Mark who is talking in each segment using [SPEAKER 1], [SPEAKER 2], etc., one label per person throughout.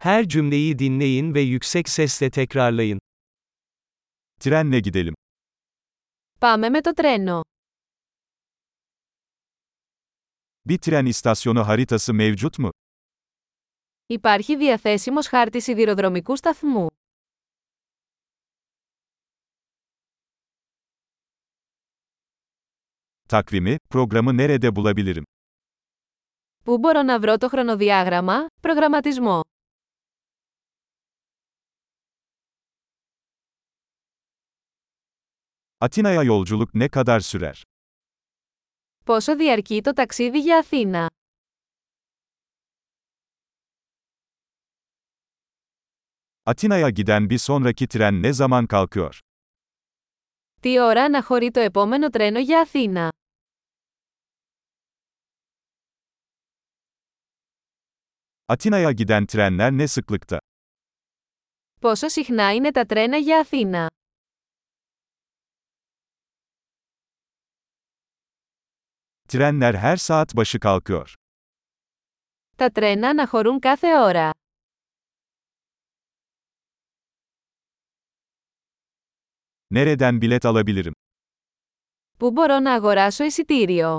[SPEAKER 1] Her cümleyi dinleyin ve yüksek sesle tekrarlayın.
[SPEAKER 2] Trenle gidelim.
[SPEAKER 3] Πάμε με το τρένο.
[SPEAKER 2] Bir tren istasyonu haritası mevcut mu?
[SPEAKER 3] Υπάρχει διαθέσιμος χάρτης σιδηροδρομικού σταθμού.
[SPEAKER 2] Takvimi, programı nerede bulabilirim?
[SPEAKER 3] Πού μπορώ να βρω το χρονοδιάγραμμα, προγραμματισμό.
[SPEAKER 2] Atina'ya yolculuk ne kadar sürer?
[SPEAKER 3] Πόσο διαρκεί το ταξίδι για Αθήνα.
[SPEAKER 2] Atina'ya giden bir sonraki tren ne zaman kalkıyor?
[SPEAKER 3] Τι ώρα αναχωρεί το επόμενο τρένο για Αθήνα.
[SPEAKER 2] Atina'ya giden trenler ne sıklıkta?
[SPEAKER 3] Πόσο συχνά είναι τα τρένα για Αθήνα.
[SPEAKER 2] Trenler her saat başı kalkıyor.
[SPEAKER 3] Τα τρένα αναχωρούν κάθε ώρα.
[SPEAKER 2] Nereden bilet alabilirim?
[SPEAKER 3] Πού μπορώ να αγοράσω εισιτήριο.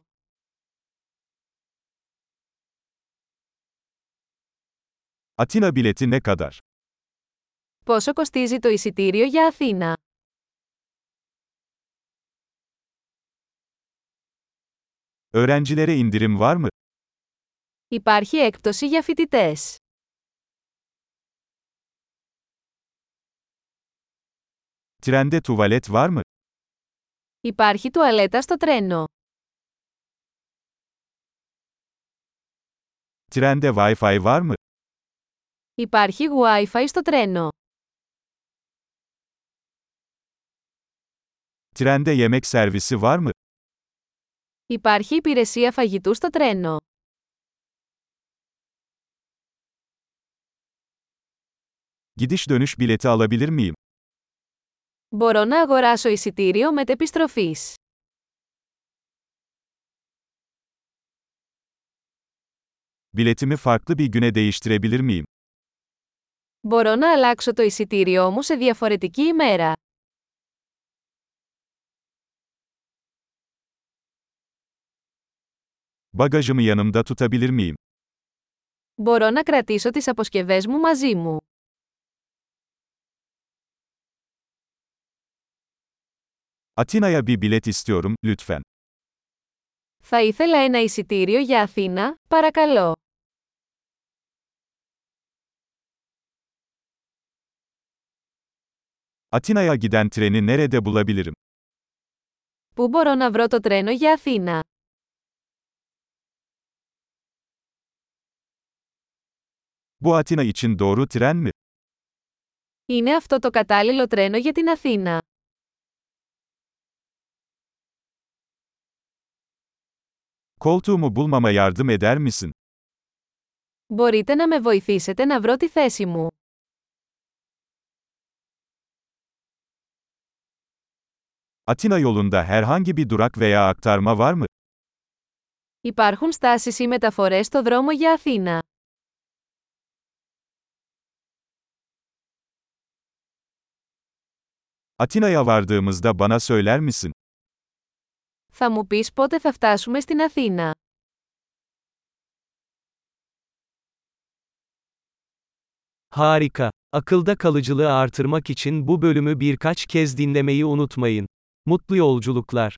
[SPEAKER 2] Atina bileti ne kadar?
[SPEAKER 3] Πόσο κοστίζει το εισιτήριο για Αθήνα.
[SPEAKER 2] Öğrencilere indirim var mı?
[SPEAKER 3] Υπάρχει έκπτωση για φοιτητέ.
[SPEAKER 2] Trende tuvalet var mı?
[SPEAKER 3] Υπάρχει τουαλέτα στο τρένο.
[SPEAKER 2] Trende Wi-Fi var mı?
[SPEAKER 3] Υπάρχει Wi-Fi στο τρένο.
[SPEAKER 2] Trende yemek servisi var mı?
[SPEAKER 3] Υπάρχει υπηρεσία φαγητού στο τρένο.
[SPEAKER 2] Gidiş dönüş bileti alabilir miyim?
[SPEAKER 3] Μπορώ να αγοράσω εισιτήριο μετεπιστροφής.
[SPEAKER 2] Biletimi farklı bir güne değiştirebilir miyim?
[SPEAKER 3] Μπορώ να αλλάξω το εισιτήριό μου σε διαφορετική ημέρα.
[SPEAKER 2] Bagajımı yanımda tutabilir miyim?
[SPEAKER 3] Μπορώ να κρατήσω τις αποσκευές μου μαζί μου.
[SPEAKER 2] Atina'ya bir bilet istiyorum, lütfen.
[SPEAKER 3] Θα ήθελα ένα εισιτήριο για Αθήνα, παρακαλώ.
[SPEAKER 2] Atina'ya giden treni nerede bulabilirim?
[SPEAKER 3] Πού μπορώ να βρω το τρένο για Αθήνα.
[SPEAKER 2] Bu Atina için doğru tren mi?
[SPEAKER 3] Είναι αυτό το κατάλληλο τρένο για την Αθήνα.
[SPEAKER 2] Koltuğumu bulmama yardım eder misin?
[SPEAKER 3] Μπορείτε να με βοηθήσετε να βρω τη θέση μου.
[SPEAKER 2] Atina yolunda herhangi bir durak veya aktarma var mı?
[SPEAKER 3] Υπάρχουν στάσεις ή μεταφορές στο δρόμο για Αθήνα.
[SPEAKER 2] Atina'ya vardığımızda bana söyler misin?
[SPEAKER 3] Θα μου πεις πότε θα φτάσουμε στην Αθήνα.
[SPEAKER 1] Harika. Akılda kalıcılığı artırmak için bu bölümü birkaç kez dinlemeyi unutmayın. Mutlu yolculuklar.